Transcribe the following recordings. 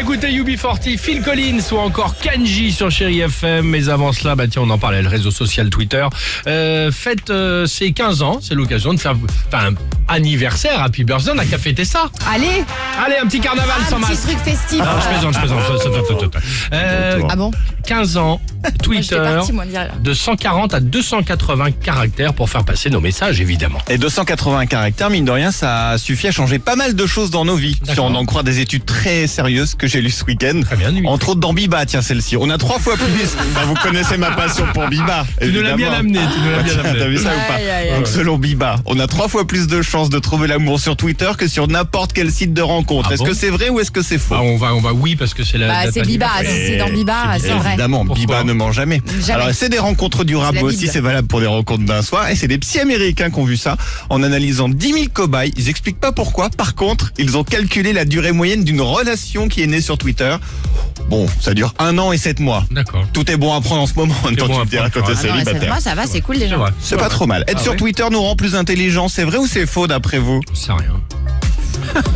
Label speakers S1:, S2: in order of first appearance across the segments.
S1: écouter UB40, Phil Collins ou encore Kanji sur Chéri FM. Mais avant cela, bah tiens, on en parlait, le réseau social Twitter. Euh, fête euh, ses 15 ans, c'est l'occasion de faire enfin, un anniversaire, Happy Birthday, on a qu'à fêter ça.
S2: Allez,
S1: Allez, un petit carnaval
S2: Ah, un
S1: sans
S2: petit
S1: masque.
S2: truc festif.
S1: Non, je plaisante, je plaisante. Euh,
S2: Ah bon
S1: 15 ans,
S2: Moi, j'étais
S1: Twitter,
S2: partie, moi, dire.
S1: de 140 à 280 caractères pour faire passer nos messages, évidemment.
S3: Et 280 caractères, mine de rien, ça a suffi à changer pas mal de choses dans nos vies. Si
S1: D'accord.
S3: on en croit des études très sérieuses que j'ai lues ce week-end.
S1: Très bien, Nuit.
S3: Entre autres dans Biba, tiens, celle-ci. On a trois fois plus. Bah, vous connaissez ma passion pour Biba.
S1: Tu nous l'as bien
S3: évidemment.
S1: amené, tu nous l'as
S3: Bah,
S1: bien
S3: tiens, T'as
S1: amené.
S3: vu ça ou pas
S2: Aïe, aïe, aïe.
S3: Donc, selon Biba, on a trois fois plus de chances de trouver l'amour sur Twitter que sur n'importe quel site de rencontre.
S1: Ah
S3: est-ce
S1: bon
S3: que c'est vrai ou est-ce que c'est faux
S1: Ah, on va, on va, oui, parce que c'est la.
S2: Bah,
S1: date
S2: c'est Biba,
S1: anniversaire.
S2: si c'est dans Biba, c'est vrai.
S3: Évidemment,
S1: Pourquoi
S3: Biba ne ment jamais.
S2: Jamais.
S3: Alors, c'est des rencontres
S2: C'est
S3: durables
S2: la
S3: aussi,
S2: Bible.
S3: c'est valable pour des rencontres d'un soir. Et c'est des psy américains qui ont vu ça. En analysant 10 000 cobayes, ils expliquent pas pourquoi. Par contre, ils ont calculé la durée moyenne d'une relation qui est née sur Twitter. Bon, ça dure un an et sept mois.
S1: D'accord.
S3: Tout est bon à prendre en ce moment, en même temps,
S1: bon
S3: tu
S1: à
S3: me diras
S1: prendre,
S3: quand t'es
S1: ouais.
S2: Ah non, mais ça-
S3: célibataire.
S2: moi, ça va, c'est cool déjà.
S1: C'est vrai.
S3: C'est pas trop mal. Être
S1: Ah
S3: sur
S1: ouais
S3: Twitter nous rend plus intelligents. C'est vrai ou c'est faux d'après vous
S1: C'est rien.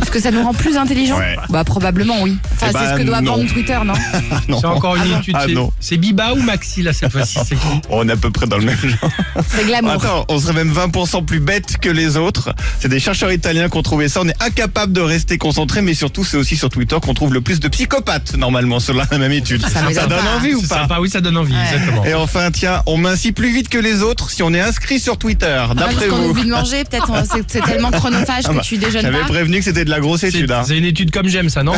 S2: Est-ce que ça nous rend plus intelligents
S3: Ouais.
S2: Bah, probablement, oui. Enfin,
S3: Eh
S2: c'est
S3: ben,
S2: ce que doit
S3: non.
S2: apprendre Twitter, non
S3: Ah non.
S1: C'est encore une étude.
S3: Ah
S1: c'est-
S3: non.
S1: C'est Biba ou Maxi là cette fois-ci C'est qui
S3: On est à peu près dans le même genre.
S2: C'est glamour.
S3: Attends, on serait même 20% plus bête que les autres. C'est des chercheurs italiens qui ont trouvé ça. On est incapable de rester concentré, mais surtout, c'est aussi sur Twitter qu'on trouve le plus de psychopathes, normalement, selon la même étude.
S2: Ça m'étonne
S3: donne
S2: pas.
S3: envie ou
S1: C'est
S3: pas
S1: sympa, oui, ça donne envie,
S2: Ouais.
S1: exactement.
S3: Et enfin, tiens, on mincit plus vite que les autres si on est inscrit sur Twitter,
S2: Ah, parce
S3: d'après
S2: qu'on
S3: vous.
S2: oublie de manger, peut-être on- c'est- c'est tellement chronophage
S3: Ah
S2: que
S3: bah,
S2: tu déjeunes
S3: J'avais
S2: pas.
S3: prévenu que c'était de la grosse
S1: C'est
S3: étude. hein.
S1: c'est une étude comme j'aime, ça, non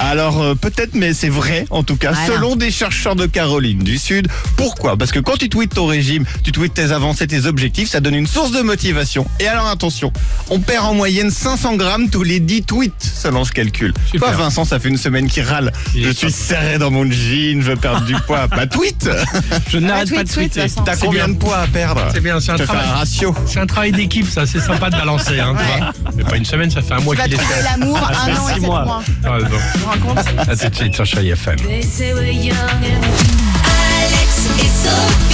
S3: Alors euh, peut-être, mais c'est vrai en tout cas,
S2: Voilà.
S3: selon des chercheurs de Caroline du Sud. Pourquoi Parce que quand tu tweets ton régime, tu tweets tes avancées, tes objectifs, ça donne une source de motivation. Et alors attention, on perd en moyenne 500 grammes tous les 10 tweets selon ce calcul.
S1: Super.
S3: Pas Vincent, ça fait une semaine qu'il râle.
S1: Il est
S3: Je suis
S1: top.
S3: serré dans mon jean, je veux perdre du poids. Bah tweet
S1: Je n'arrête
S2: tweet,
S1: pas de
S2: tweet,
S1: tweeter.
S2: Vincent.
S3: T'as
S1: C'est
S3: combien
S1: bien.
S3: de poids à perdre
S1: C'est bien, c'est un
S3: Je te fais
S1: travail.
S3: un ratio.
S1: C'est un travail d'équipe, ça, c'est sympa de balancer, hein, tu
S2: Ouais.
S1: vois. Mais pas une semaine, ça fait un mois
S2: Tu vas
S1: qu'il est
S2: trouver l'amour un an et
S1: six
S2: sept
S1: mois.
S2: mois.
S1: Ah, non.
S2: Tu te rends compte
S1: Ah, À tout de suite sur Chérie FM.
S4: They say we're young and Alex et Sophie.